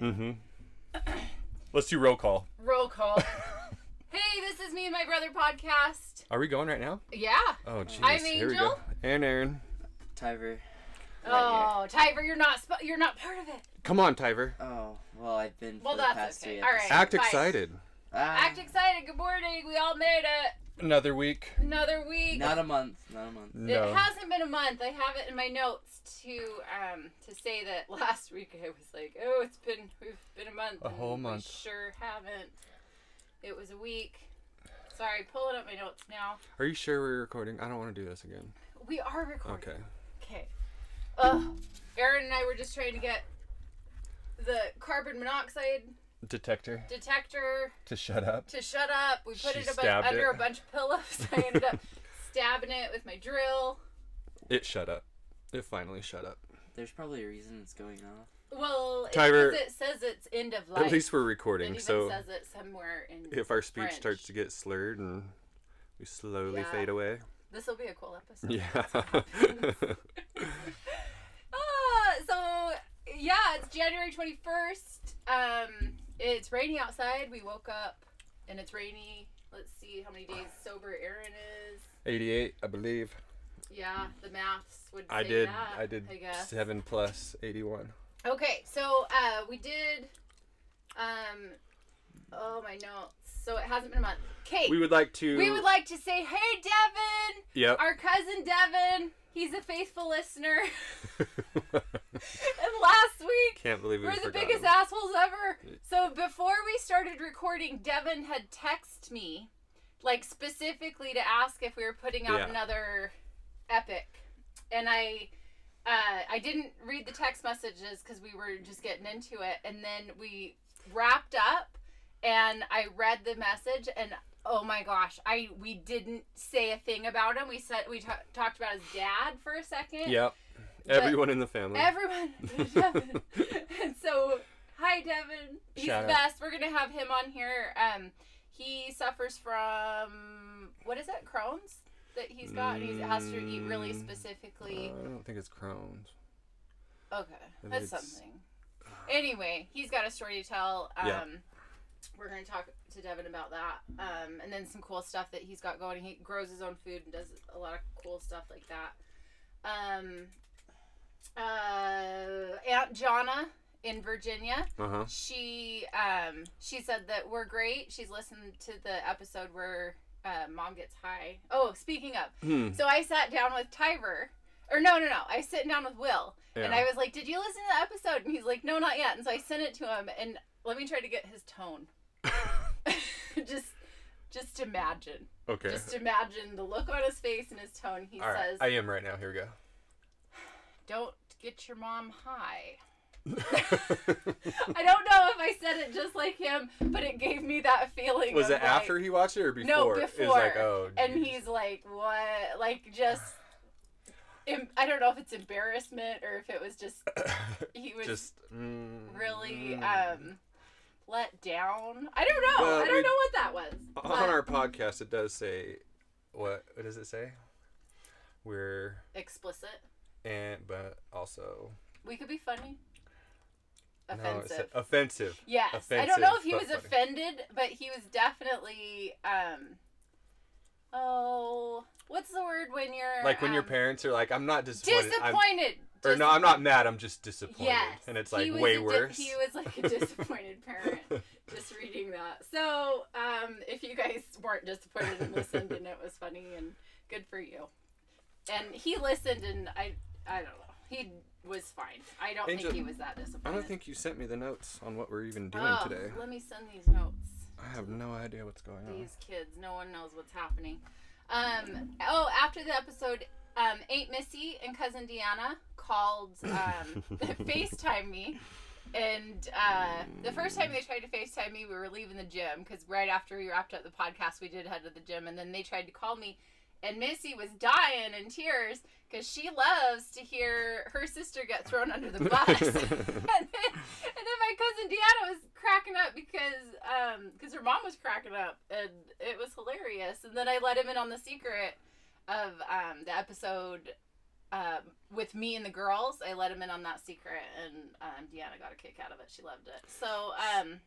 Mm-hmm. Let's do roll call. Roll call. hey, this is me and my brother podcast. Are we going right now? Yeah. Oh, jeez. I'm Here we go. Angel. And Aaron. Tyver. Oh, Tyver, you're not sp- you're not part of it. Come on, Tyver. Oh, well, I've been for Well, the that's past okay. three All right. episodes. Act Bye. excited. Ah, Act excited. Good morning. We all made it. Another week. Another week. Not a month. Not a month. No. It hasn't been a month. I have it in my notes to um to say that last week I was like, oh, it's been we've been a month. A and whole we month. sure haven't. It was a week. Sorry, pulling up my notes now. Are you sure we're recording? I don't want to do this again. We are recording. Okay. Okay. Ugh. Aaron and I were just trying to get the carbon monoxide Detector detector to shut up. to shut up. We put She it a bunch, stabbed under it. a bunch of pillows. I ended up stabbing it with my drill. It shut up. It finally shut up. There's probably a reason it's going off. Well, it, Tyler- it says it's end of life. At least we're it recording, even so says it somewhere in. if our speech French. starts to get slurred and we slowly Yeah. fade away. this will be a cool episode. Yeah. Ah, so yeah, it's January twenty first. Um, it's rainy outside. We woke up and it's rainy. Let's see how many days sober Aaron is. 88, I believe. Yeah, the maths would. Say I did. That, I did I guess. 7 plus 81. Okay, so uh, we did. Um, oh my notes. So it hasn't been a month. Kate, We would like to. we would like to say, hey Devin, Yep. our cousin Devin. He's a faithful listener. and last week Can't believe we We're the forgot. biggest assholes ever. So before we started recording, Devin had texted me, like specifically to ask if we were putting out Yeah. another epic, and I, uh, I didn't read the text messages because we were just getting into it, and then we wrapped up, and I read the message and. Oh my gosh! I we didn't say a thing about him. We said we ta- talked about his dad for a second. Yep. Everyone in the family. Everyone, Devin. and so, hi Devin. He's Shout the out. best. We're gonna have him on here. Um, he suffers from what is it, Crohn's? That he's got, and he has to eat really Mm, specifically. I don't think it's Crohn's. Okay, that's it's- something. Anyway, he's got a story to tell. Um, Yeah. We're going to talk to Devin about that. Um, and then some cool stuff that he's got going. He grows his own food and does a lot of cool stuff like that. Um, uh, Aunt Jonna in Virginia, Uh huh. she um, she said that we're great. She's listened to the episode where uh, mom gets high. Oh, speaking of, Hmm. so I sat down with Tyver. Or no, no, no. I was sitting down with Will. And Yeah. I was like, Did you listen to the episode? And he's like, No, not yet. And so I sent it to him and let me try to get his tone. just just imagine. Okay. Just imagine the look on his face and his tone. He All right. says, I am right now. Here we go. Don't get your mom high. I don't know if I said it just like him, but it gave me that feeling. Was of it like- after he watched it or before? No, It was before. like, oh, and geez. he's like, what? Like, just. Em- I don't know if it's embarrassment or if it was just. He was just mm, really mm. um, let down. I don't know. Well, I don't we- know what that was. on but our podcast. It does say what? What does it say? We're explicit. and but also We could be funny. no, it Offensive. said offensive. yes. I don't know if offensive, he but was funny. offended, but he was definitely um. Oh, what's the word when you're Like when your um, parents are like, I'm not disappointed. I'm, disappointed? or no, I'm not mad. I'm just disappointed. Yes. And it's He like was way a di- worse. He was like a disappointed parent just reading that. So, um, if you guys weren't disappointed and listened and it was funny and good for you. And he listened and I I don't know. He was fine. I don't Angel, think he was that disappointed. I don't think you sent me the notes on what we're even doing oh, today. Let me send these notes. I have no idea what's going on. These kids, no one knows what's happening. Um, oh, after the episode, um, Aunt Missy and cousin Deanna called, um, FaceTime me. And uh, the first time they tried to FaceTime me, we were leaving the gym because right after we wrapped up the podcast, we did head to the gym. And then they tried to call me, and Missy was dying in tears because she loves to hear her sister get thrown under the bus. and, then, and then my cousin Deanna was cracking up because because her mom was cracking up, and it was hilarious. And then I let him in on the secret of um, the episode um, with me and the girls. I let him in on that secret, and um, Deanna got a kick out of it. She loved it. So um,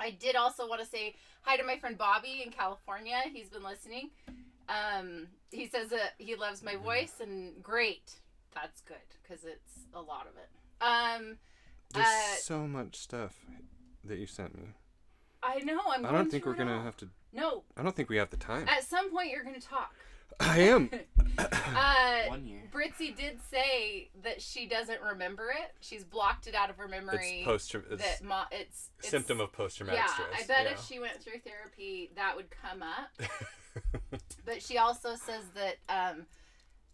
I did also want to say hi to my friend Bobby in California. He's been listening. Um, he says that he loves my voice, and great. That's good because it's a lot of it. Um, There's Uh, so much stuff that you sent me. I know. I'm. I going don't think through we're it gonna all. have to. No, I don't think we have the time. at some point you're gonna talk. I am. Uh, One year. Britzy did say that she doesn't remember it. She's blocked it out of her memory. It's post. It's that mo- it's, it's symptom of post traumatic yeah. stress. I bet if she went through therapy, that would come up. But she also says that um,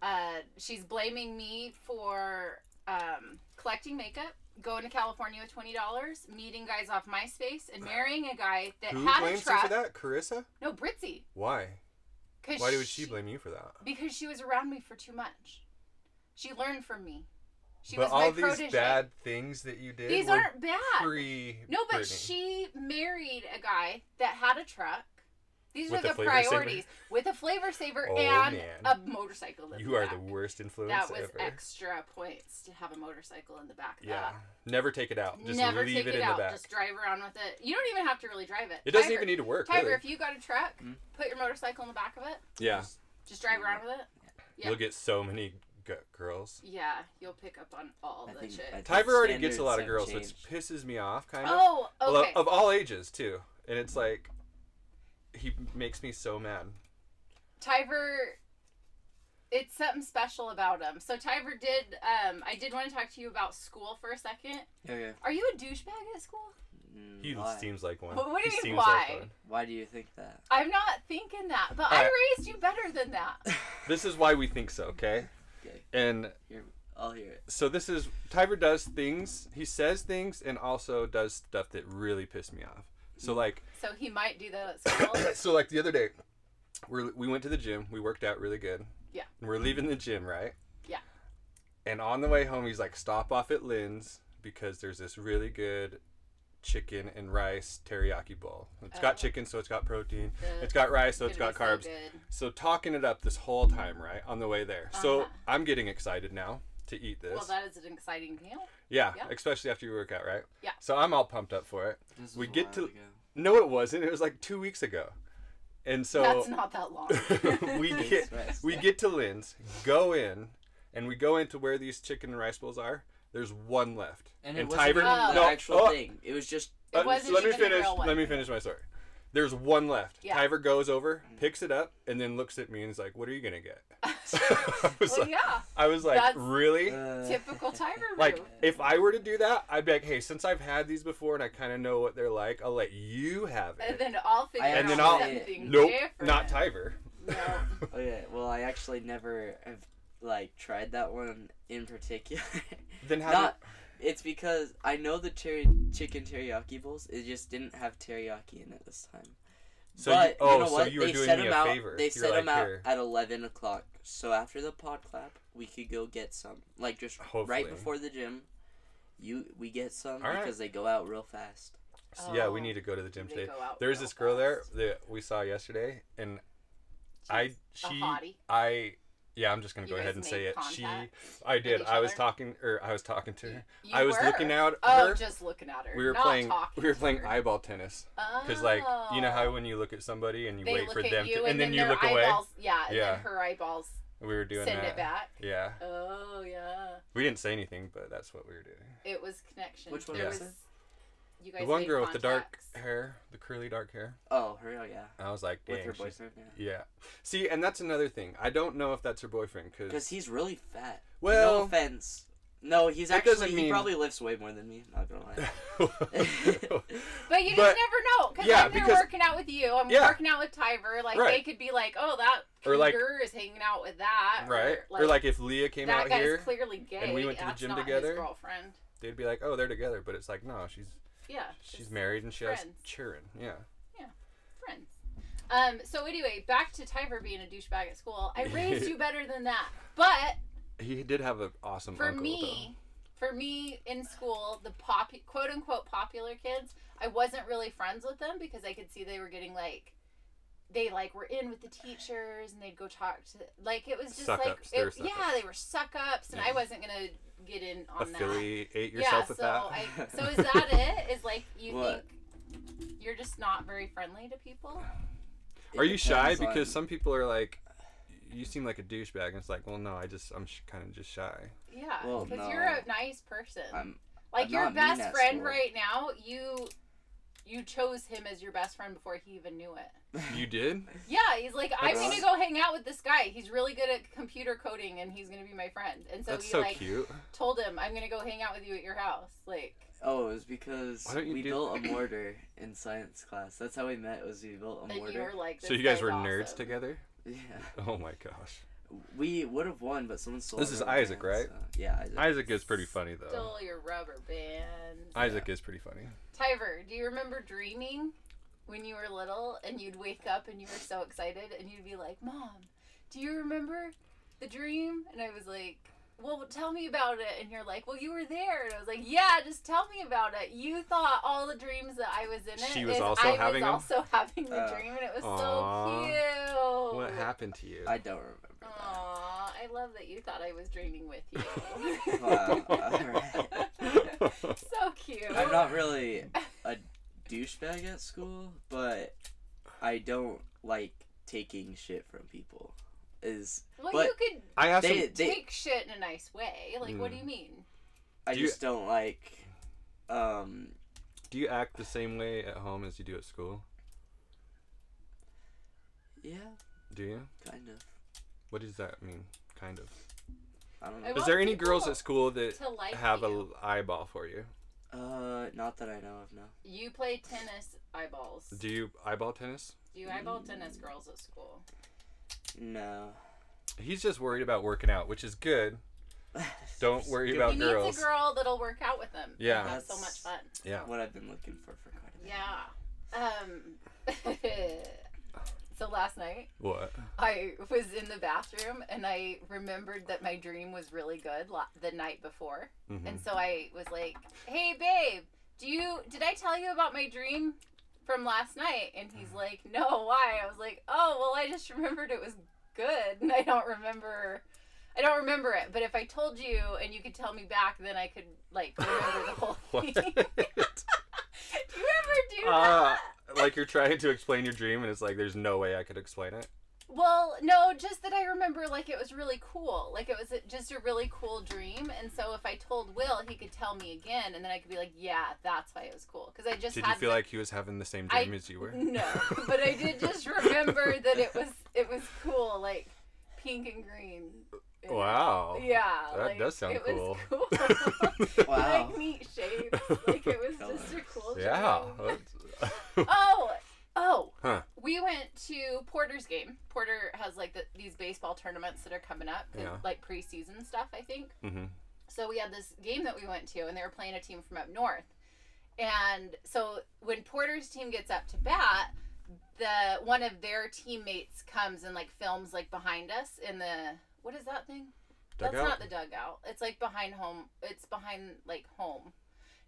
uh, she's blaming me for um, collecting makeup, going to California with twenty dollars, meeting guys off MySpace, and marrying a guy that Who had a blames you truck. for that? Carissa? No, Britzy. Why? 'cause Why would she blame you for that? Because she was around me for too much. She learned from me. She but was all my these protege. bad things that you did. These were aren't bad. Pre. No, but Britney. she married a guy that had a truck. These With are a the flavor saver? priorities with a flavor saver Oh, and man. a motorcycle. In You the are back. the worst influence That was ever. extra points to have a motorcycle in the back. of yeah. that. Never take it out. Just Never leave take it, it, in out. the back. Just drive around with it. You don't even have to really drive it. It doesn't Tiger- even need to work. Tiger, really. if you got a truck, Mm. put your motorcycle in the back of it. yeah. Just drive around with it. yeah. You'll get so many g- girls. Yeah, you'll pick up on all I the think- shit. I think Tiger already gets a standards lot of have girls, changed. which pisses me off, kind of. Oh, Well, okay. Of all ages, too. And it's like, he makes me so mad. Tyver, it's something special about him. So Tyver did. Um, I did want to talk to you about school for a second. Okay. Are you a douchebag at school? Mm, He why? seems like one. But what do He you mean, seems like why? one. Why do you think that? I'm not thinking that, but I Alright. raised you better than that. This is why we think so, okay? Okay. And Here, I'll hear it. so this is Tyver does things, he says things, and also does stuff that really piss me off. Hmm. So like, So he might do that at school. so like the other day, we we went to the gym, we worked out really good. Yeah. And we're leaving the gym, right? Yeah. And on the way home, he's like, stop off at Lynn's because there's this really good chicken and rice teriyaki bowl. It's Oh. got chicken, so it's got protein. Ugh. It's got rice, so it's Gonna got be carbs. So good. So talking it up this whole time, right? On the way there. So Uh-huh. I'm getting excited now to eat this. Well, that is an exciting meal. yeah, yeah. especially after you work out, right? Yeah. So I'm all pumped up for it. This We was a get while to- ago. No, it wasn't. It was like two weeks ago. And so That's not that long. we get That's right. we get to Lynn's, go in, and we go into where these chicken and rice bowls are. There's one left. And it wasn't Tiber- even Oh. the no, actual oh, thing. It was just It uh, wasn't let me even a real finish. one. Let me finish my story. There's one left. Yeah. Mm. Tyver goes over, picks it up, and then looks at me and is like, "What are you gonna get?" I was well, like, yeah, I was like That's- "Really?" uh, typical Tyver Like move. if I were to do that, I'd be like, "Hey, since I've had these before and I kind of know what they're like, I'll let you have And it." then I'll figure And out then I'll- something nope, different. not Tyver. No. Okay, well, I actually never have like tried that one in particular. Then how? Not. It's because I know the ter- chicken teriyaki bowls. It just didn't have teriyaki in it this time. do, so but you, oh, know so what? you were they doing set me them a out. favor. They You were set like, them out "Here." at eleven o'clock. So after the pod clap, we could go get some. Like just Hopefully. right before the gym, you we get some All right. because they go out real fast. So, yeah, we Oh, need to go to the gym they today. go out There's real this girl there fast. that we saw yesterday, and I a she hottie. I yeah I'm just gonna You go ahead guys and say made it. She contact I did. each I was other? talking or I was talking to her. You I was were. looking out at Oh, her. just looking at her. we were not playing talking we were to playing her. Oh. eyeball tennis because like you know how when you look at somebody and you they wait look for at them you to and, then, you their look away. eyeballs, Yeah, and Yeah. then her eyeballs We were doing send that. it back. Yeah, Oh yeah, we didn't say anything, but that's what we were doing. it was connection. Which one there was was? You guys The one made girl with the dark contacts. hair, the curly dark hair. Oh, her, oh, yeah, I was like, with dang, her she's- boyfriend. Yeah. yeah. See, and that's another thing. I don't know if that's her boyfriend Because because he's really fat. no well, offense. No, he's That doesn't actually he mean- probably lifts way more than me. Not gonna lie. But you just But- never know because yeah, I'm there because- working out with you. I'm Yeah. working out with Tyver. Like Right. they could be like, oh, that Or, like- cougar is hanging out with that. right? Or like if Leah came that out guy's here, clearly gay. and we went to the That's gym not his together. girlfriend. they'd be like, "Oh, they're together," but it's like, no, she's Yeah. she's it's- married and she has friends. children. Yeah. friends. Um, so anyway, back to Tyver being a douchebag at school. I raised you better than that. But He did have an awesome for uncle. me, for me in school, the pop quote unquote popular kids, I wasn't really friends with them because I could see they were getting like they like were in with the teachers and they'd go talk to like it was just Suck like ups. They were it- suck yeah they were suck ups and I wasn't gonna get in on that. Affiliate yeah, yourself so with that. I so is that it? Is like you What? think you're just not very friendly to people? Are you shy? depends on- Because some people are like, you seem like a douchebag, and it's like, well, no, I just, I'm sh- kind of just shy. Yeah, Well, because no. you're a nice person. I'm like I'm your not mean best at friend school. right now, you you chose him as your best friend before he even knew it. um, You did? Yeah, he's like, I'm That's- gonna go hang out with this guy. He's really good at computer coding, and he's gonna be my friend. And so That's he so like cute. told him, I'm gonna go hang out with you at your house. Like, Oh, it was because Why don't you we do- built a mortar in science class. That's how we met. Was we built a and you mortar? were like, So "This you guys guy's were awesome. nerds together? Yeah, Oh my gosh. we would have won, but someone stole. This our is rubber Isaac, band, so- Yeah, Isaac. Isaac is pretty funny though. Stole your rubber band. Isaac is pretty funny. Tyver, do you remember dreaming when you were little and you'd wake up and you were so excited and you'd be like, Mom, do you remember the dream? And I was like, well, tell me about it. And you're like, well, you were there. And I was like, yeah, just tell me about it. You thought all the dreams that I was in it. She was is also I having 'em? was also having the Oh. dream, and it was so Aw. cute. What happened to you? I don't remember. that. Aw, I love that you thought I was dreaming with Wow, you. alright. so cute. I'm not really a douchebag at school, but I don't like taking shit from people. Is Well, but- you could I have they some. they take shit in a nice way. Like, what do you mean? I Do you- just don't like. Um, Do you act the same way at home as you do at school? yeah, Do you? kind of. What does that mean? Kind of. I don't I know. Is want there any people girls at school that To like have a you. eyeball for you? Uh, not that I know of. No. you play tennis eyeballs. Do Do you eyeball tennis? you eyeball tennis girls at school? No. He's just worried about working out, which is good. Don't worry Good. about he girls. needs a girl that'll work out with him. Yeah. that's so much That's- fun. Yeah. what I've been looking for for quite a bit. Yeah. Um. so last night What? I was in the bathroom and I remembered that my dream was really good la- the night before, Mm-hmm. and so I was like, "Hey, babe, do you did I tell you about my dream from last night?" And he's like, "No, why?" I was like, "Oh, well, I just remembered it was good, and I don't remember." I don't remember it, but if I told you and you could tell me back, then I could like remember the whole thing. What? do you ever do Ah, that? like you're trying to explain your dream, and it's like there's no way I could explain it. Well, no, just that I remember like it was really cool. Like it was a- just a really cool dream, and so if I told Will, he could tell me again, and then I could be like, "Yeah, that's why it was cool." Because I just Did had you feel the- like he was having the same I- dream as you were? no, but I did just remember that it was it was cool, like pink and green. And- Wow. Yeah, That like, does sound it cool. Was cool. Wow. like neat shapes. Like it was just a cool. yeah. dream. that's- Oh, oh. Huh. We went to Porter's game. Porter has like the, these baseball tournaments that are coming up, the- Yeah. like preseason stuff, I think. Mhm. So we had this game that we went to, and they were playing a team from up north. And so when Porter's team gets up to bat, the one of their teammates comes and like films like behind us in the what is that thing? That's Dugout? not the dugout. It's like behind home. It's behind like home.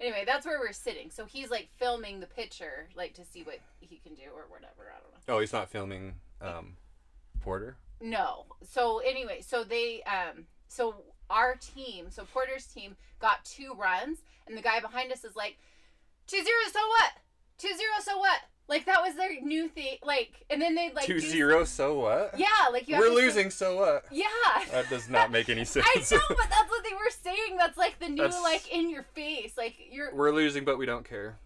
Anyway, that's where we're sitting. So he's like filming the pitcher, like to see what he can do or whatever. I don't know. Oh, he's not filming um, Porter. No. So anyway, so they um so our team, so Porter's team got two runs and the guy behind us is like two zero so what? Two zero so what? Like that was their new thing like and then they'd like Two do- zero. So what? Yeah, like you have We're to say- losing. Uh, So what? yeah. That does not make any sense. I know, but that's what they were saying. That's like the new That's- like in your face. Like you're We're losing, but we don't care.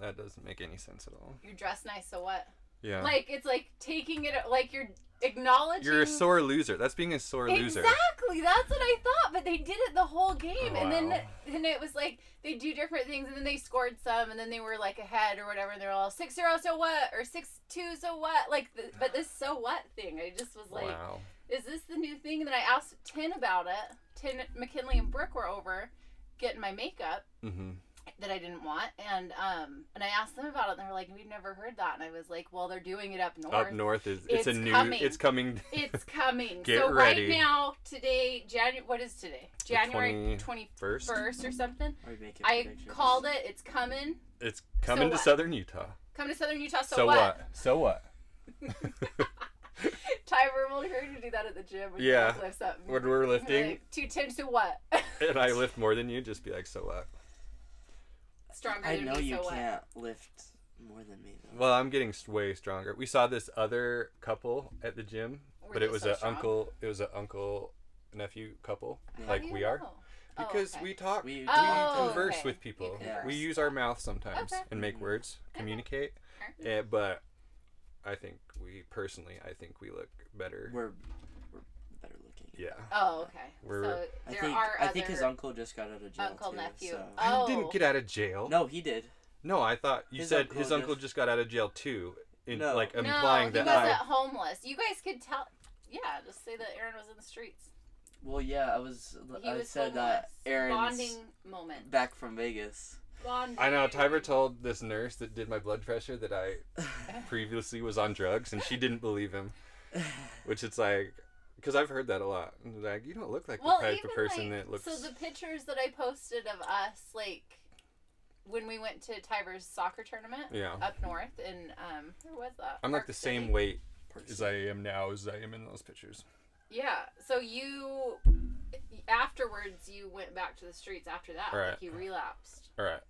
That doesn't make any sense at all. you're dressed nice, so what? Yeah. Like it's like taking it like you're acknowledging You're a sore loser. That's being a sore loser. Exactly. That's what I thought, but they did it the whole game, and then Wow. then it was like they do different things, and then they scored some, and then they were like ahead or whatever, and they're all six zero, so what, or six two, so what, like. The, but this so what thing, I just was like, Wow. is this the new thing? And then I asked Tin about it. Tin McKinley and Brooke were over getting my makeup Mm-hmm. that I didn't want, and um and I asked them about it, and they were like, we've never heard that, and I was like, well, they're doing it up north. Up north is It's it's, a new. coming. It's coming. It's coming. Get so ready. right now, today, January. What is today? January 20 twenty first? first or something. Are we making I predictions? called it. It's coming. It's coming to what? southern Utah. Come to Southern Utah. So, So what? what? So what? Timer will heard you do that at the gym when Yeah. you lift something. When we're lifting Like, two ten to what? and I lift more than you, just be like, so what? Stronger I than know me, you so what? can't lift more than me though. Well, I'm getting s- way stronger. We saw this other couple at the gym, Were but it they was so a strong? uncle. It was an uncle nephew couple, Yeah. How like do you we are, know? Oh, because okay. we talk. We We, Oh, converse okay. with You people. converse. We use our mouth sometimes Okay. and make Mhm. words, communicate. Mm-hmm. Okay. Eh, but I think we personally, I think we look better. We're we're better looking. yeah. Oh, okay. We're- so I there think are I other think his uncle just got out of jail uncle too, nephew. so- I Oh. didn't get out of jail. No, he did. No, I thought you His said uncle his just- uncle just got out of jail too, in, No. like no, implying he that wasn't I. homeless. You guys could tell. Yeah, just say that Aaron was in the streets. Well, yeah, I was. He I was homeless. said that Aaron's bonding moment. back from Vegas. Bonding. I know. Tyra told this nurse that did my blood pressure that I previously was on drugs, and she didn't believe him. Which it's like, because I've heard that a lot. And Like you don't look like well, the type even of like, person that looks. So the pictures that I posted of us, like when we went to Tyber's soccer tournament yeah, up north, and um, where was that? I'm like Park the City. same weight as I am now as I am in those pictures. Yeah. So you, afterwards, you went back to the streets after that. Right. Like you relapsed. All right.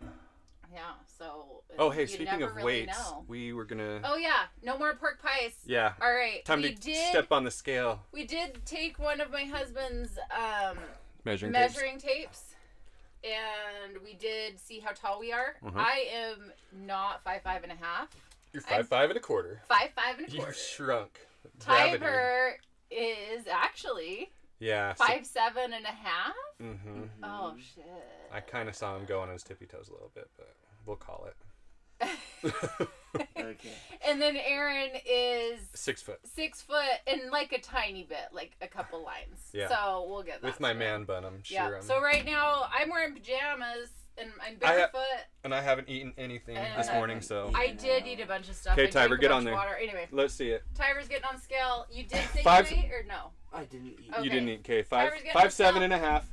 Yeah. So. Oh hey, you speaking never of really weights, know. we were gonna. Oh yeah, no more pork pies. Yeah. All right. Time we to did, step on the scale. We did take one of my husband's um, Measuring. tapes. measuring tapes. and we did see how tall we are. Mhm. I am not five five and a half. You're I'm- five five and a quarter. Five five and a quarter. You've shrunk. Gravity. Tiber is actually Yeah. so- five seven and a half. mhm. Mm-hmm. Oh shit. I kind of saw him go on his tippy toes a little bit, but we'll call it. Okay. and then Aaron is Six foot. six foot and like a tiny bit, like a couple lines. Yeah. So we'll get that. With my straight. man bun, I'm sure. Yeah. I'm, So right now I'm wearing pajamas and I'm I- uh, barefoot. and I haven't eaten anything And this I morning, haven't so eaten. I did eat a bunch of stuff. Okay, I drank Tiber, a get bunch on of there. Water. Anyway, let's see it. Tyber's getting on scale. You did say Five- weight or no? I didn't eat. Okay. You didn't eat. Okay, five, Tyra's getting five, herself- seven and a half.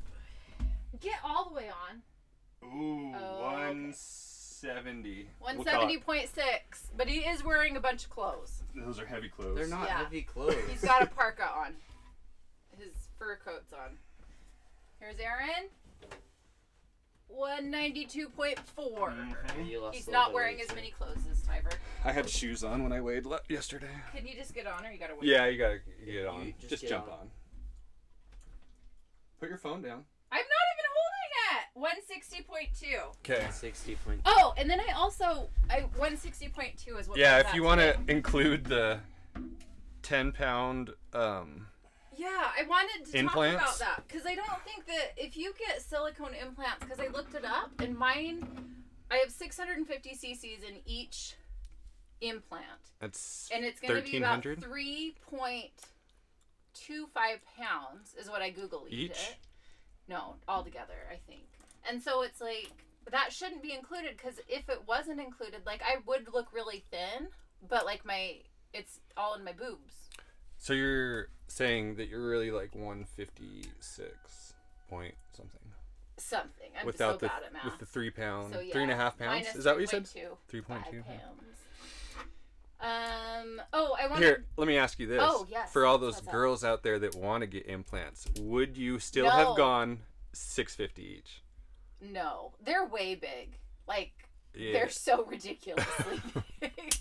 Get all the way on. Ooh, Oh, 170. One seventy point six. But he is wearing a bunch of clothes. Those are heavy clothes. They're not Yeah. heavy clothes. He's got a parka on. His fur coat's on. Here's Aaron. One ninety two point four. Mm-hmm. You lost He's a not little wearing weight, as too. many clothes as Tyber. I had shoes on when I weighed le- yesterday. Can you just get on or you gotta wait? Yeah, you gotta get on. You just just get jump on. on. Put your phone down. I'm not even holding it. One sixty point two. Okay. Sixty point. Oh, and then I also I one sixty point two is what. Yeah, comes if out you want to today. include the 10 pound, um, Yeah, I wanted to Implants? talk about that because I don't think that if you get silicone implants, because I looked it up and mine, I have 650 cc's in each implant, that's and it's going to be about 1300? 3.25 pounds is what I googled Each? it. No, all together, I think. And so it's like that shouldn't be included because if it wasn't included, like I would look really thin, but like my it's all in my boobs. so you're saying that you're really like 156 point something something. I'm without so the bad at math. with the three pound, So, yeah, Um, three and a half pounds. minus Is that what you said? 3.2, 3.2. five pounds. Um. Oh, I want Here, let me ask you this. Oh, yes, For all that's those what's up. girls out there that want to get implants, would you still have No. gone 650 each? No, they're way big. Like Yeah. they're so ridiculously big.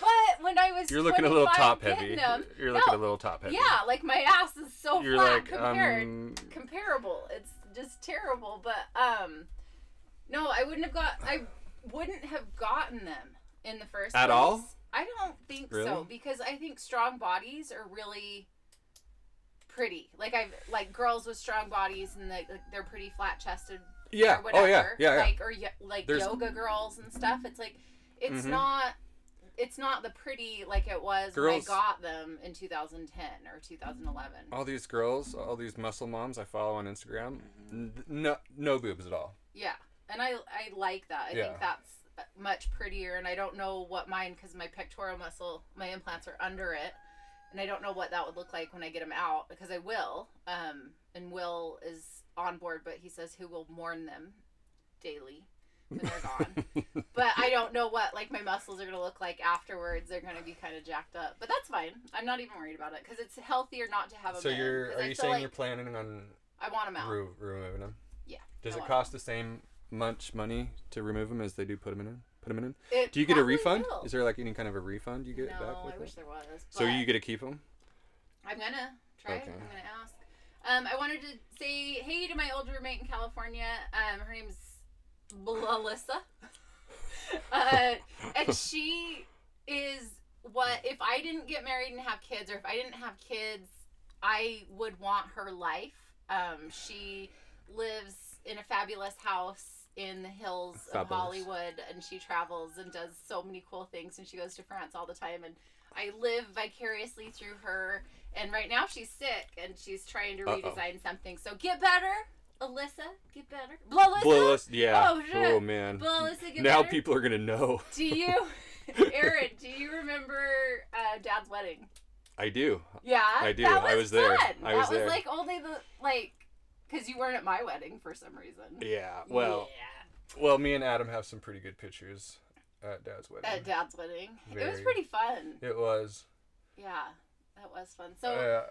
But when I was you're looking a little 25 top getting heavy. them- You're looking No, a little top heavy. Yeah, like my ass is so You're flat like compared. um comparable. It's just terrible. But um, no, I wouldn't have got. I wouldn't have gotten them in the first At place. all? I don't think Really? so because I think strong bodies are really pretty. Like I've like girls with strong bodies and like, like they're pretty flat chested Yeah. or Oh whatever. yeah. Yeah. yeah. Like or yo- like There's- yoga girls and stuff. It's like it's Mhm. not. It's not the pretty like it was Girls- when I got them in 2010 or 2011. all these girls, all these muscle moms I follow on Instagram, Mm-hmm. n- no no boobs at all. Yeah, and I I like that. I Yeah. think that's much prettier, and I don't know what mine because my pectoral muscle, my implants are under it, and I don't know what that would look like when I get them out because I will. Um, and Will is on board, but he says he will mourn them daily when they're gone. but I don't know what like my muscles are gonna look like afterwards. They're gonna be kind of jacked up, but that's fine. I'm not even worried about it because it's healthier not to have a. So man, you're 'cause I are you feel saying like you're planning on I want them out. re- removing them? Yeah, Does I it want cost the same much money to remove them as they do put them in? Put them in? It Do you get a probably refund? will. Is there like any kind of a refund you get back no, with I it? wish there was. So but- you get to keep them? I'm gonna try. Okay. I'm gonna ask. Um, I wanted to say hey to my old roommate in California. Um, her name's Melissa, uh, and she is what if I didn't get married and have kids, or if I didn't have kids, I would want her life. Um, she lives in a fabulous house in the hills of Fabulous. Hollywood, and she travels and does so many cool things, and she goes to France all the time, and I live vicariously through her. And right now she's sick, and she's trying to Uh-oh. redesign something. So get better, Alyssa. Get better, Melissa. Blow us, yeah. Oh, shit. man. Melissa, get now better. people are gonna know. Do you, Aaron? Do you remember uh, Dad's wedding? I do. Yeah, I do. That I was there. Fun. I that was there. was like only the like, cause you weren't at my wedding for some reason. Yeah. Well, yeah, well, me and Adam have some pretty good pictures at Dad's wedding. at Dad's wedding, it was Very. pretty fun. it was. Yeah, that was fun. So. uh,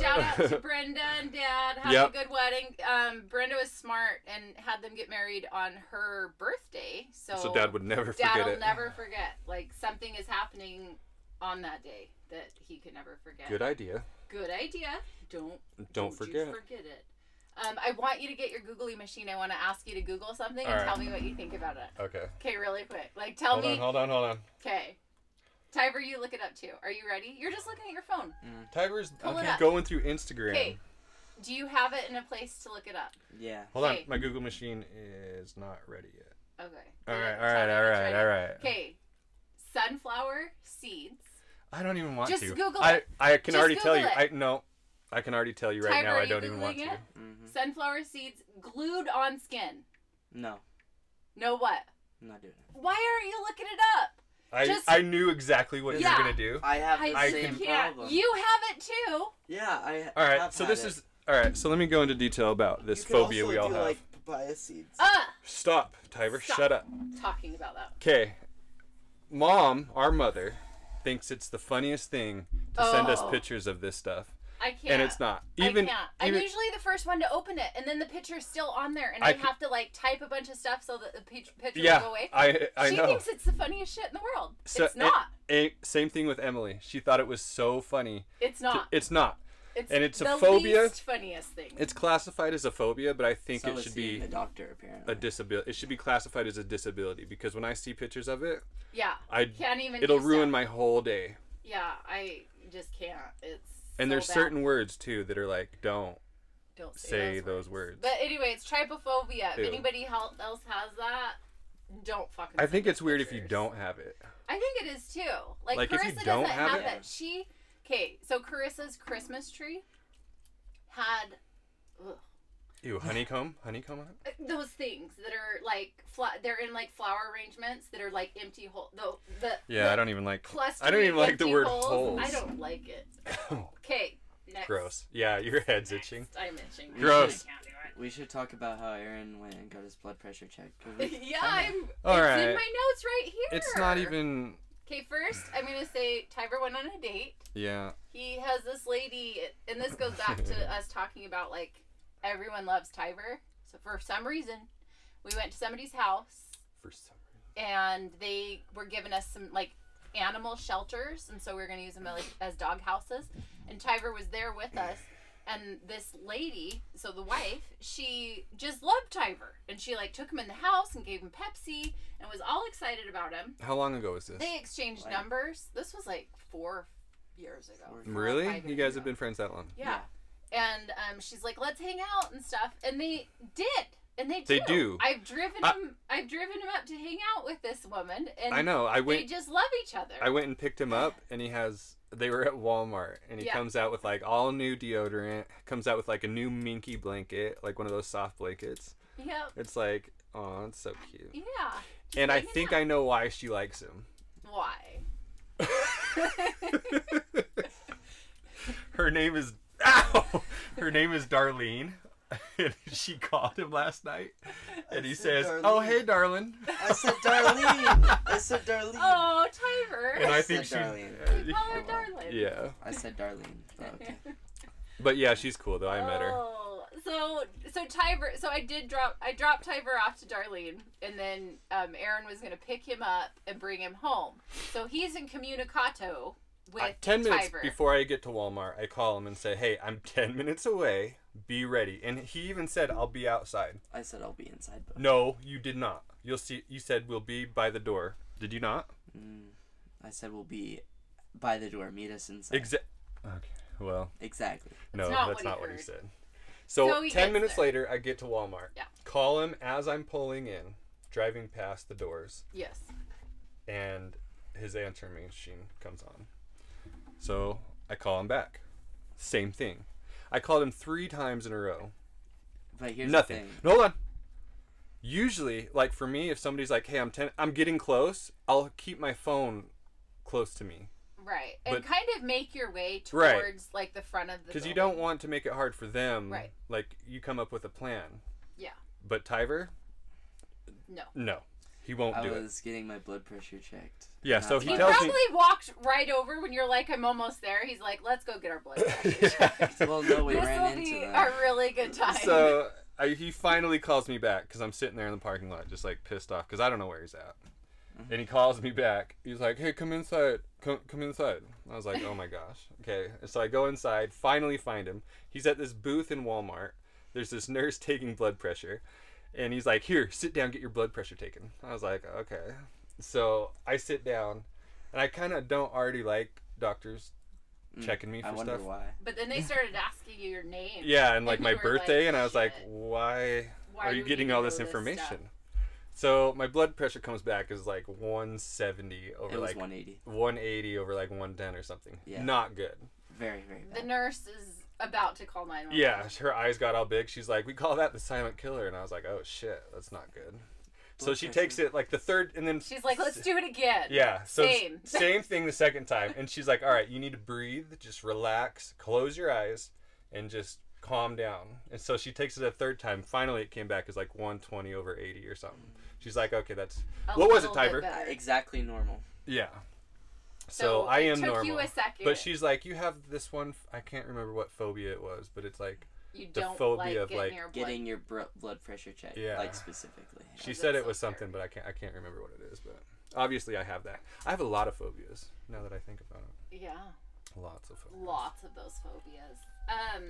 Shout out to Brenda and Dad. Had Yep. a good wedding. Um, Brenda was smart and had them get married on her birthday. So, so Dad would never forget Dad'll it. never forget. Like something is happening on that day that he can never forget. Good idea. Good idea. Don't Don't you forget. forget it. Um, I want you to get your googly machine. I want to ask you to Google something All and right. tell me what you think about it. Okay. Okay, really quick. Like tell hold on. me. Hold on. Hold on. Okay. Tiber, you look it up too. Are you ready? You're just looking at your phone. Tiber's Pull it I'm up. going through Instagram. Okay. Do you have it in a place to look it up? Yeah. Hold on, Okay. my Google machine is not ready yet. Okay. All right, all right, all right, all right. Okay. Sunflower seeds. I don't even want Just to. Google I it. I can Just already tell you. Google I no, I can already tell you right Timer, now. are I you don't even want Googling to. it? hmm Mm-hmm. Sunflower seeds glued on skin. No, No what? I'm not doing it. Why aren't you looking it up? I Just- I knew exactly what Yeah. you were gonna do. I have the I same can- problem. You have it too. Yeah, I. All right, have so had this it. is all right. So let me go into detail about this You could phobia also we all do, have. Like papaya seeds. Ah, Stop, Tiber. Stop. Shut up. talking about that. Okay, mom, our mother, thinks it's the funniest thing to send us Oh. pictures of this stuff, I can't. and it's not. Even I can't. even I'm usually the first one to open it, and then the picture's still on there, and I I, c- have to like type a bunch of stuff so that the pic- picture yeah. will go away. I I she know. thinks it's the funniest shit in the world. So, it's it- not. A- same thing with Emily. She thought it was so funny. it's not. It's not. it's and it's a the phobia. least funniest thing. It's classified as a phobia, but I think So it is should he be a doctor apparently. a disability. It should be classified as a disability because when I see pictures of it, yeah. I Can't even. it'll do ruin stuff. my whole day. Yeah, I just can't. It's And so there's bad. certain words too that are like don't don't say those words. But anyway, it's trypophobia. Ew. If anybody hel- else has that, don't fucking. I send think us it's weird if you pictures. don't have it. I think it is too. Like, Like, if Carissa you don't doesn't have have, it- it. She okay. So Carissa's Christmas tree had ugh, Ew, honeycomb, honeycomb. on it? those things that are like fla- they're in like flower arrangements that are like empty hole. The the Yeah, the I don't even like. cluster. I don't even like the word holes. Oh, I don't like it. Okay, next. Gross. Yeah, your head's Next. itching. I'm itching. Gross. I can't do it. We should talk about how Aaron went and got his blood pressure checked. 'cause we- yeah, I'm. All it's right. in my notes right here. It's not even. Okay, first I'm gonna say Tiber went on a date. Yeah. He has this lady, and this goes back to us talking about like everyone loves Tiber. So for some reason, we went to somebody's house For some reason. and they were giving us some like animal shelters, and so we were gonna use them like, as dog houses. And Tiber was there with us, and this lady, so the wife, she just loved Tiber, and she like took him in the house and gave him Pepsi and was all excited about him. How long ago was this? They exchanged Like- numbers. This was like four years ago. Four- four or Really? five You years guys ago. have been friends that long? Yeah. And um, she's like, let's hang out and stuff. And they did. And they do. They do. I've driven I- him. I've driven him up to hang out with this woman, and I know. I went. they just love each other. I went and picked him up, and he has. They were at Walmart, and he Yeah. comes out with like all new deodorant. Comes out with like a new minky blanket, like one of those soft blankets. yep. It's like, oh, it's so cute. Yeah. Just And I hanging think out. I know why she likes him. Why? Oh, Her name is. Ow! Her name is Darlene. and she called him last night, and he said, says, "Darling." "Oh hey, darling." I said Darlene. I said Darlene. Oh, Tyver. And I I think she. said Darlene. we call her Darlin. Yeah, I said Darlene. But okay. but yeah, she's cool though. I met her. Oh, so so Tyver. So I did drop. I dropped Tyver off to Darlene, and then um, Aaron was gonna pick him up and bring him home. So he's in communicato with I- ten minutes Tyver. before I get to Walmart, I call him and say, "Hey, I'm ten minutes away. Be ready." And he even said, "I'll be outside." I said I'll be inside. But No, you did not. You'll see. You said we'll be by the door. Did you not? Mm, I said we'll be by the door. Meet us inside. Exact. Okay. Well, exactly. no, not that's what he not what he heard. said. So, So he ten gets minutes there. later, I get to Walmart. Yeah. Call him as I'm pulling in, driving past the doors, Yes. and his answering machine comes on. So I call him back. Same thing. I called him three times in a row. But here's Nothing. the thing. Hold on. Usually, like for me, if somebody's like, "Hey, I'm ten, I'm getting close," I'll keep my phone close to me Right. And But- kind of make your way Right. towards like the front of the. because you building. don't want to make it hard for them. Right. Like you come up with a plan. Yeah. But Tyver, No. no, he won't I do it. was getting my blood pressure checked. Yeah, Not so he He my- tells me- probably walked right over when you're like, I'm almost there. He's like, let's go get our blood. Well, no, we this will ran be into a them. really good time. so I, he finally calls me back because I'm sitting there in the parking lot, just like pissed off because I don't know where he's at. And he calls me back. He's like, "Hey, come inside. Come, come inside." I was like, "Oh my gosh." Okay, so I go inside. Finally, find him. He's at this booth in Walmart. There's this nurse taking blood pressure, and he's like, "Here, sit down. Get your blood pressure taken." I was like, "Okay." So I sit down, and I kind of don't already like doctors Mm, checking me for I wonder stuff. why. but then they started asking you your name. Yeah, and like And my you were like, birthday, and I was like, "Shit." "Why?" Why are do you we getting need all to this know stuff? information? so my blood pressure comes back as like 170 over It was like 180. 180 over like 110 or something. Yeah. Not good. Oh. Very, very The bad. nurse is about to call 911. Yeah, her eyes got all big. She's like, "We call that the silent killer," and I was like, "Oh shit, that's not good." so Blood she pressure. takes it like the third, and then She's like, let's do it again. Yeah, so it's Same. same thing the second time, and she's like, "All right, you need to breathe, just relax, close your eyes, and just calm down." And so she takes it a third time. Finally, it came back as like 120 over 80 or something. She's like, "Okay, that's A what was it, little bit Tiber?" better. Exactly normal. Yeah. So, So I it am took you normal. a second. But she's like, "You have this one. F- I can't remember what phobia it was, but it's like You the don't phobia like of, getting like, your blood. Getting your br- blood pressure checked, Yeah. like specifically. she that's said it so was something, but I can't I can't remember what it is. But obviously, I have that. I have a lot of phobias now that I think about it. Yeah, Lots of phobias. lots of those phobias. Um,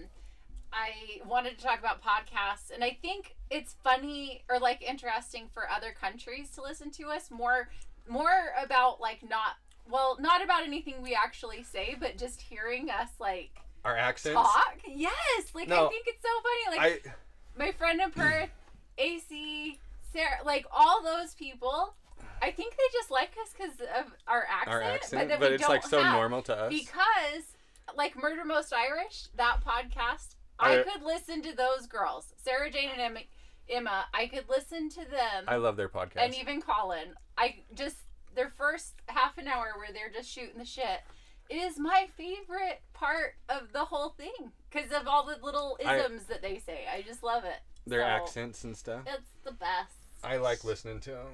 I wanted to talk about podcasts, and I think it's funny or like interesting for other countries to listen to us more, more about like not well, not about anything we actually say, but just hearing us like Our accents. talk. Yes, like I No. think it's so funny. Like I my friend in Perth, AC, Sarah, like all those people, I think they just like us because of our accent, our accent, that but, it's like so normal to us. Because, like Murder Most Irish, that podcast, I, I- could listen to those girls, Sarah Jane and Emma. Emma, I could listen to them I love their podcast. and even Colin. I just their first half an hour where they're just shooting the shit is my favorite part of the whole thing because of all the little I- isms that they say. I just love it. their so- accents and stuff. It's the best. I like listening to them.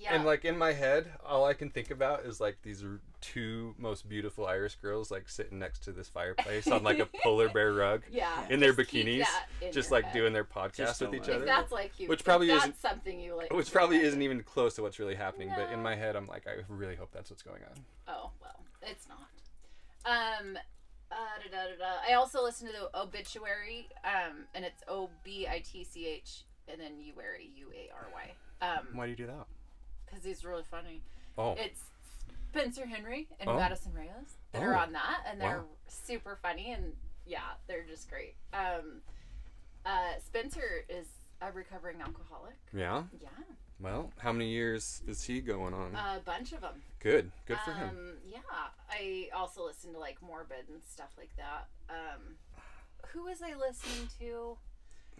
Yeah. And like in my head, all I can think about is like these r- two most beautiful Irish girls like sitting next to this fireplace on like a polar bear rug yeah. in their Just keep bikinis, that in just your like head. doing their podcast Just with don't each let If other. it. that's like you. Which if probably that's isn't- something you like. Which probably isn't even close to what's really happening, but in No. my head, I'm like, I really hope that's what's going on. Oh well, it's not. Um, uh, da, da, da, da. I also listen to the obituary, um, and it's O B I T C H and then U R U A R Y. Um, Why do you do that? because he's really funny. Oh, It's Spencer Henry and Oh. Madison Reyes that are Oh. on that, and they're Wow. super funny, and yeah, they're just great. Um, uh, Spencer is a recovering alcoholic. yeah. Yeah, Well, how many years is he going on? a bunch of them. good, good for him. Uh, Um, yeah, I also listen to like Morbid and stuff like that. Um, who was I listening to?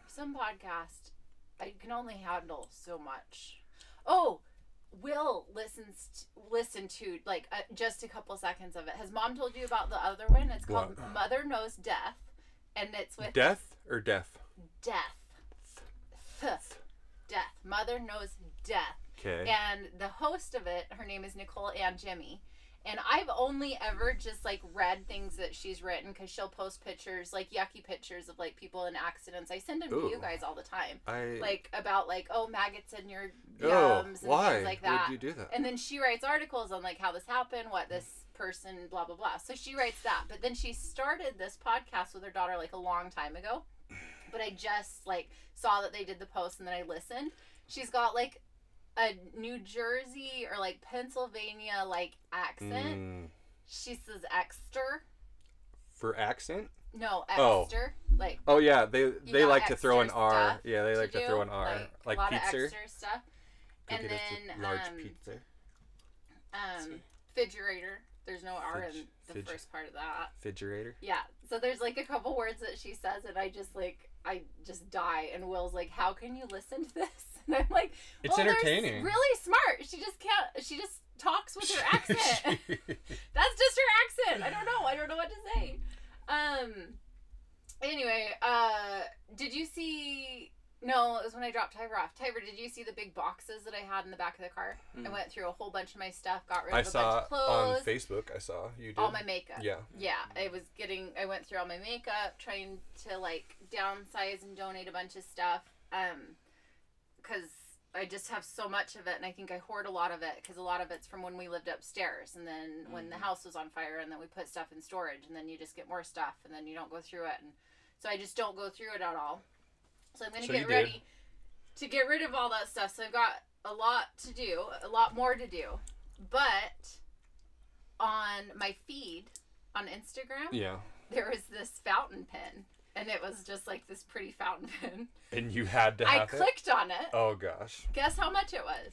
Some podcast. I can only handle so much. Oh, Will listens t- listen to like uh, just a couple seconds of it. Has mom told you about the other one? It's called What? Mother Knows Death, and it's with Death or deaf? death. Th- death. Mother knows death. Okay. And the host of it, her name is Nicole and Jimmy. And I've only ever just like read things that she's written because she'll post pictures, like yucky pictures of like people in accidents. I send them to you Ooh. guys all the time, I. like about like oh maggots in your oh, yums and why things like that. would you do that? And then she writes articles on like how this happened, what this person, blah blah blah. So she writes that. But then she started this podcast with her daughter like a long time ago. But I just like saw that they did the post and then I listened. She's got like a New Jersey or like Pennsylvania like accent. Mm, She says Exter. for accent? No, Oh. Exter. Like Oh yeah, they they got like to throw an extra R. stuff Yeah, they like to do, throw an R. Like, a lot of pizza. Exter stuff. Could And get us a then large um, pizza. um refrigerator. There's no R in Fidge- the fidge- first part of that. Refrigerator. Yeah. So there's like a couple words that she says, and I just like I just die. And Will's like, "How can you listen to this?" And I'm like, It's "Well, they're s- entertaining. Really smart. She just can't. She just talks with her accent. That's just her accent. I don't know. I don't know what to say." Um. Anyway, uh, did you see? No, it was when I dropped Tyber off. Tyber, did you see the big boxes that I had in the back of the car? I Mm. went through a whole bunch of my stuff, got rid of I a bunch of saw on clothes, Facebook. I saw you did. all my makeup. yeah. Yeah, I was getting. I went through all my makeup, trying to like downsize and donate a bunch of stuff. Um, because I just have so much of it, and I think I hoard a lot of it because a lot of it's from when we lived upstairs, and then when the Mm-hmm. Mhm. house was on fire, and then we put stuff in storage, and then you just get more stuff, and then you don't go through it, and so I just don't go through it at all. So I'm gonna So you get did. ready to get rid of all that stuff. So I've got a lot to do, a lot more to do, but on my feed on Instagram, Yeah. there was this fountain pen, and it was just like this pretty fountain pen. And you had to have I it. clicked on it. Oh gosh, Guess how much it was?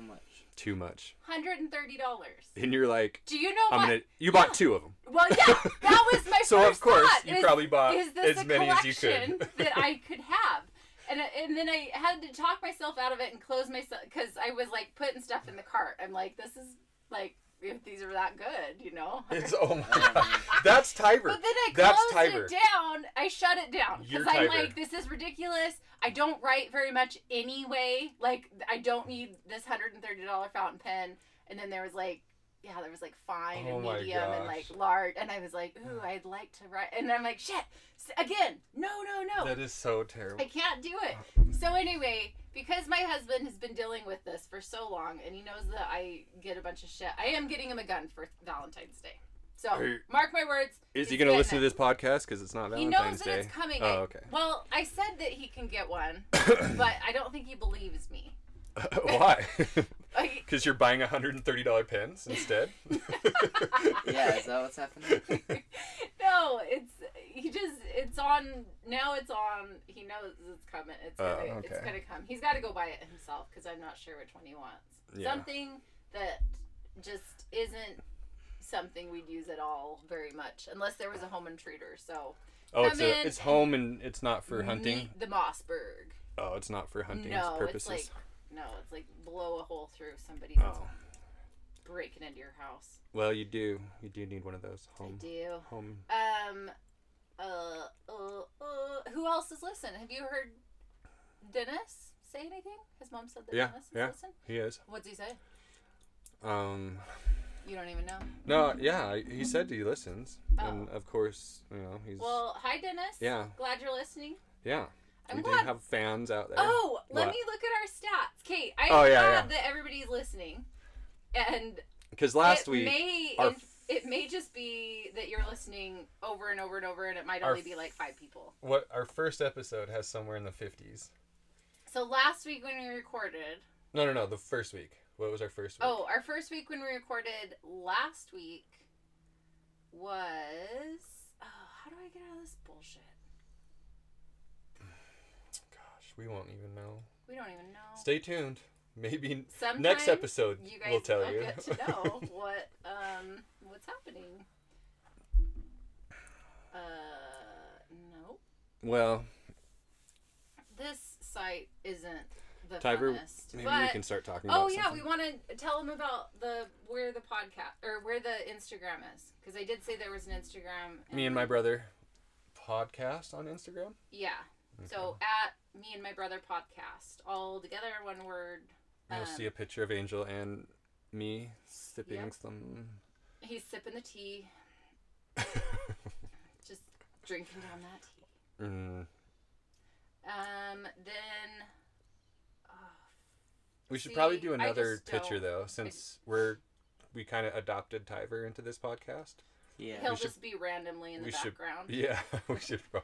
much? too much. Hundred and thirty dollars. And you're like, Do you know I'm what? gonna. You bought two of them. Well, yeah, that was my So first of course thought, you is- probably bought is this as a many as you collection could. that I could have? And, uh, and then I had to talk myself out of it and close myself because I was like putting stuff in the cart. I'm like, this is like if these are that good, you know. It's oh my Um, god. That's Tiber. But then I That's closed Tiber. it down. I shut it down You're because I'm Tiber. like, this is ridiculous. I don't write very much anyway. Like, I don't need this hundred and thirty dollar fountain pen. And then there was like, yeah, there was like fine Oh and my medium and like gosh. large. And I was like, ooh, I'd like to write. And I'm like, shit, s- again, no, no, no. That is so terrible. I can't do it. So anyway, because my husband has been dealing with this for so long, and he knows that I get a bunch of shit, I am getting him a gun for Valentine's Day. So Are- mark my words. Is he he's gonna getting listen it. to this podcast? Because it's not He Valentine's knows that Day. it's coming. Oh I- okay. well, I said that he can get one, but I don't think he believes me. Why? Like, Because you're buying $130 pens instead? Yeah, is that what's happening? no, it's he just it's on now. It's on. He knows it's coming. It's Oh, gonna it's okay. gonna come. He's got to go buy it himself because I'm not sure which one he wants. Yeah. Something that just isn't something we'd use at all very much unless there was a home intruder. So Oh, it's, Come a, in it's home and it's not for hunting. Meet the Mossberg. Oh, it's not for hunting no, purposes. it's like no, it's like blow a hole through somebody that's oh, breaking into your house. well, you do. You do need one of those home. I do. Home. Um, uh, uh, uh, who else is listening? Have you heard Dennis say anything? His mom said that Yeah, Dennis is yeah. listening. He is. What's he say? Um. You don't even know. No. Yeah. He said he listens, Mm-hmm. Oh. and of course, you know he's. Well, hi Dennis. Yeah. Glad you're listening. yeah. I'm we glad. do have fans out there. oh, let What? me look at our stats, Kate. I'm Oh, yeah, glad yeah. that everybody's listening, and Because last it week, may our in- it may just be that you're listening over and over and over, and it might Our only be f- like five people. what our first episode has somewhere in the fifties. So last week when we recorded, No, no, no. The first week. What was our first week? Oh, our first week when we recorded last week was. Oh, how do I get out of this bullshit? gosh, we won't even know. We don't even know. Stay tuned. Maybe Sometime next episode you guys we'll tell will you. get to know what um what's happening. Uh, no, well, this site isn't the Tiber, funnest. maybe we but can start talking oh about yeah, something. we want to tell them about the where the podcast or where the Instagram is because I did say there was an Instagram. Me and my brother podcast on Instagram. Yeah. So at me and my brother podcast, all together, one word. You'll Um, see a picture of Angel and me sipping Yep. some. He's sipping the tea, just drinking down that tea. Mm. Um, then uh, We should See, probably do I another just picture don't- though, since we're we kind of adopted Tyver into this podcast. Yeah. he'll We should- just be randomly in the we should- background. Yeah, we should prob-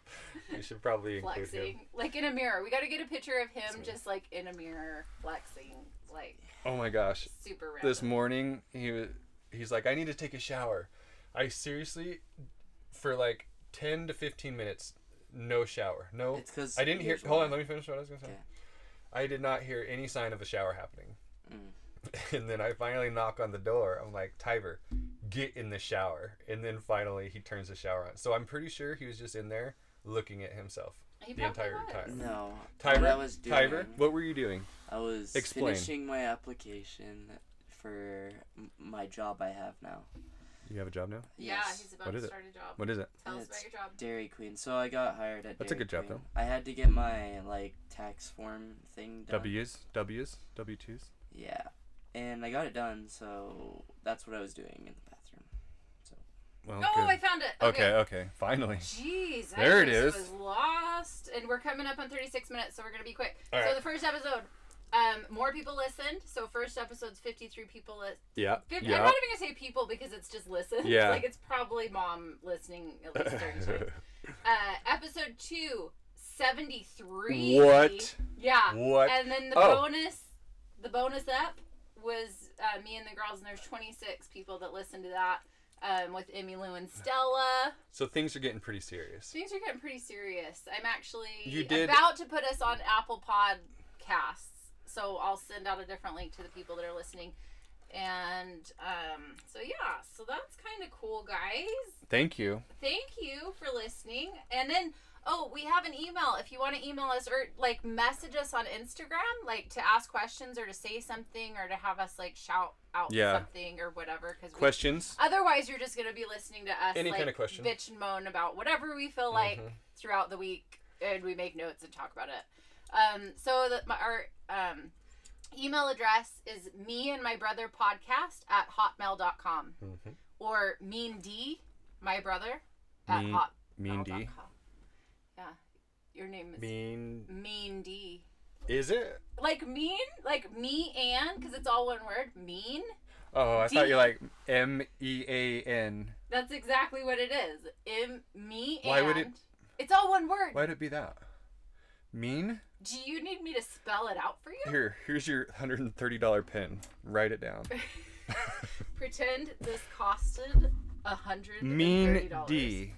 we should probably include him. flexing like in a mirror we got to get a picture of him me. just like in a mirror flexing like Oh my gosh, super random this morning he was he's like i need to take a shower i seriously for like 10 to 15 minutes no shower no It's 'cause i didn't hear yours hold on were- let me finish what i was gonna say Okay. i did not hear any sign of a shower happening Mm. and then i finally knock on the door i'm like tyver get in the shower and then finally he turns the shower on so i'm pretty sure he was just in there looking at himself He the probably entire was. time No. Tyver, What I was doing. Tyver, what were you doing? I was Explain. finishing my application for m- my job I have now. You have a job now? Uh, yeah Yes. he's about What to is it? start a job What is it? tell us It's about your job Dairy Queen. So I got hired at. That's a Dairy good job, Queen. I had to get my like tax form thing done. W's, W's, W twos. Yeah, and I got it done. So that's what I was doing in the bathroom. Well, oh good. i found it Okay, okay. Finally. Jeez, I There it just Was is. lost, and we're coming up on 36 minutes, so we're gonna be quick. All So right. the first episode, um, more people listened. So first episode's 53 people. Li- Yeah. 50, I'm Yeah. not even gonna say people because it's just listen. Yeah. like it's probably mom listening at least 30 times. Uh, episode two, 73. what? Yeah. What? And then the Oh. bonus, the bonus up was uh, me and the girls, and there's 26 people that listened to that um, with Emmy Lou and Stella. So things are getting pretty serious. Things are getting pretty serious. I'm actually You did- about to put us on Apple Podcasts, so I'll send out a different link to the people that are listening. And um, so yeah, so that's kind of cool, guys Thank you. thank you for listening. And then, oh, we have an email. If you want to email us or like message us on Instagram, like to ask questions or to say something or to have us like shout out Yeah. something or whatever. Because Questions? otherwise, you're just gonna be listening to us Any like, kinda question. Mm-hmm. bitch and moan about whatever we feel like throughout the week, and we make notes and talk about it. Um, so that my, our um. Email address is me and my brother podcast at hotmail.com Mhm. or mean D, my brother, at Mean- hot. Mean D. hotmail.com. Yeah, your name is Mean. Mean D. Is it? Like mean, like me and because it's all one word. Mean. Oh, I thought D. you like M E A N. That's exactly what it is. Im, me and. Why would it- It's all one word. Why'd it be that? Mean? Do you need me to spell it out for you? Here, here's your $130 pen. Write it down. Pretend this costed a hundred. Mean D.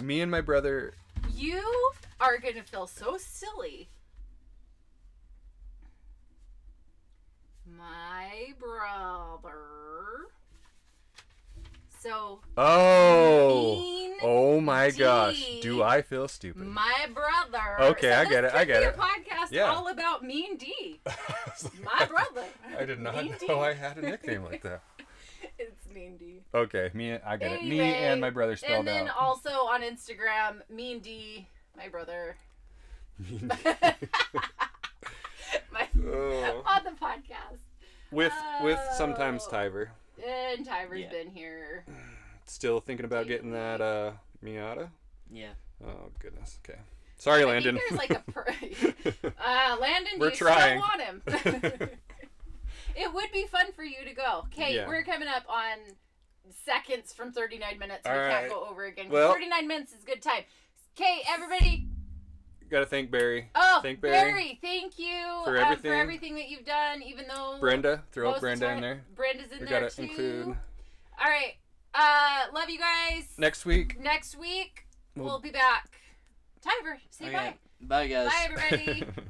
Me and my brother. You are gonna feel so silly. My brother. So Oh. mean Oh my gosh. D. Do I feel stupid? my brother. Okay, So I get this it, I could get be it. A podcast Yeah. all about Mean D. My brother. I did not Mean D. know I had a nickname like that. it's Mean D. Okay, me I get it. Me Anyway, and my brother spelled And then out. also on Instagram, Mean D, my brother. my, Oh. on the podcast. with with sometimes Oh. Tyver. And Tyver's Yeah. been here. Still thinking about getting that uh Miata. Yeah. Oh goodness. Okay. Sorry, I think Landon. there's like a per- uh, Landon. We're you trying. Still want him? it would be fun for you to go. Okay, Yeah. we're coming up on seconds from 39 minutes. we All can't right. go over again. 'cause Well- 39 minutes is good time. Okay, everybody. Gotta thank Barry. Oh, Thank Barry. Barry. thank you For uh, everything. for everything that you've done. Even though Brenda, most throw of the Brenda in time- there. Brenda's in We there gotta too. include All right. Uh, love you guys. next week. Next week We'll- we'll, be back. Tyver, say Okay. bye. Bye guys. Bye everybody.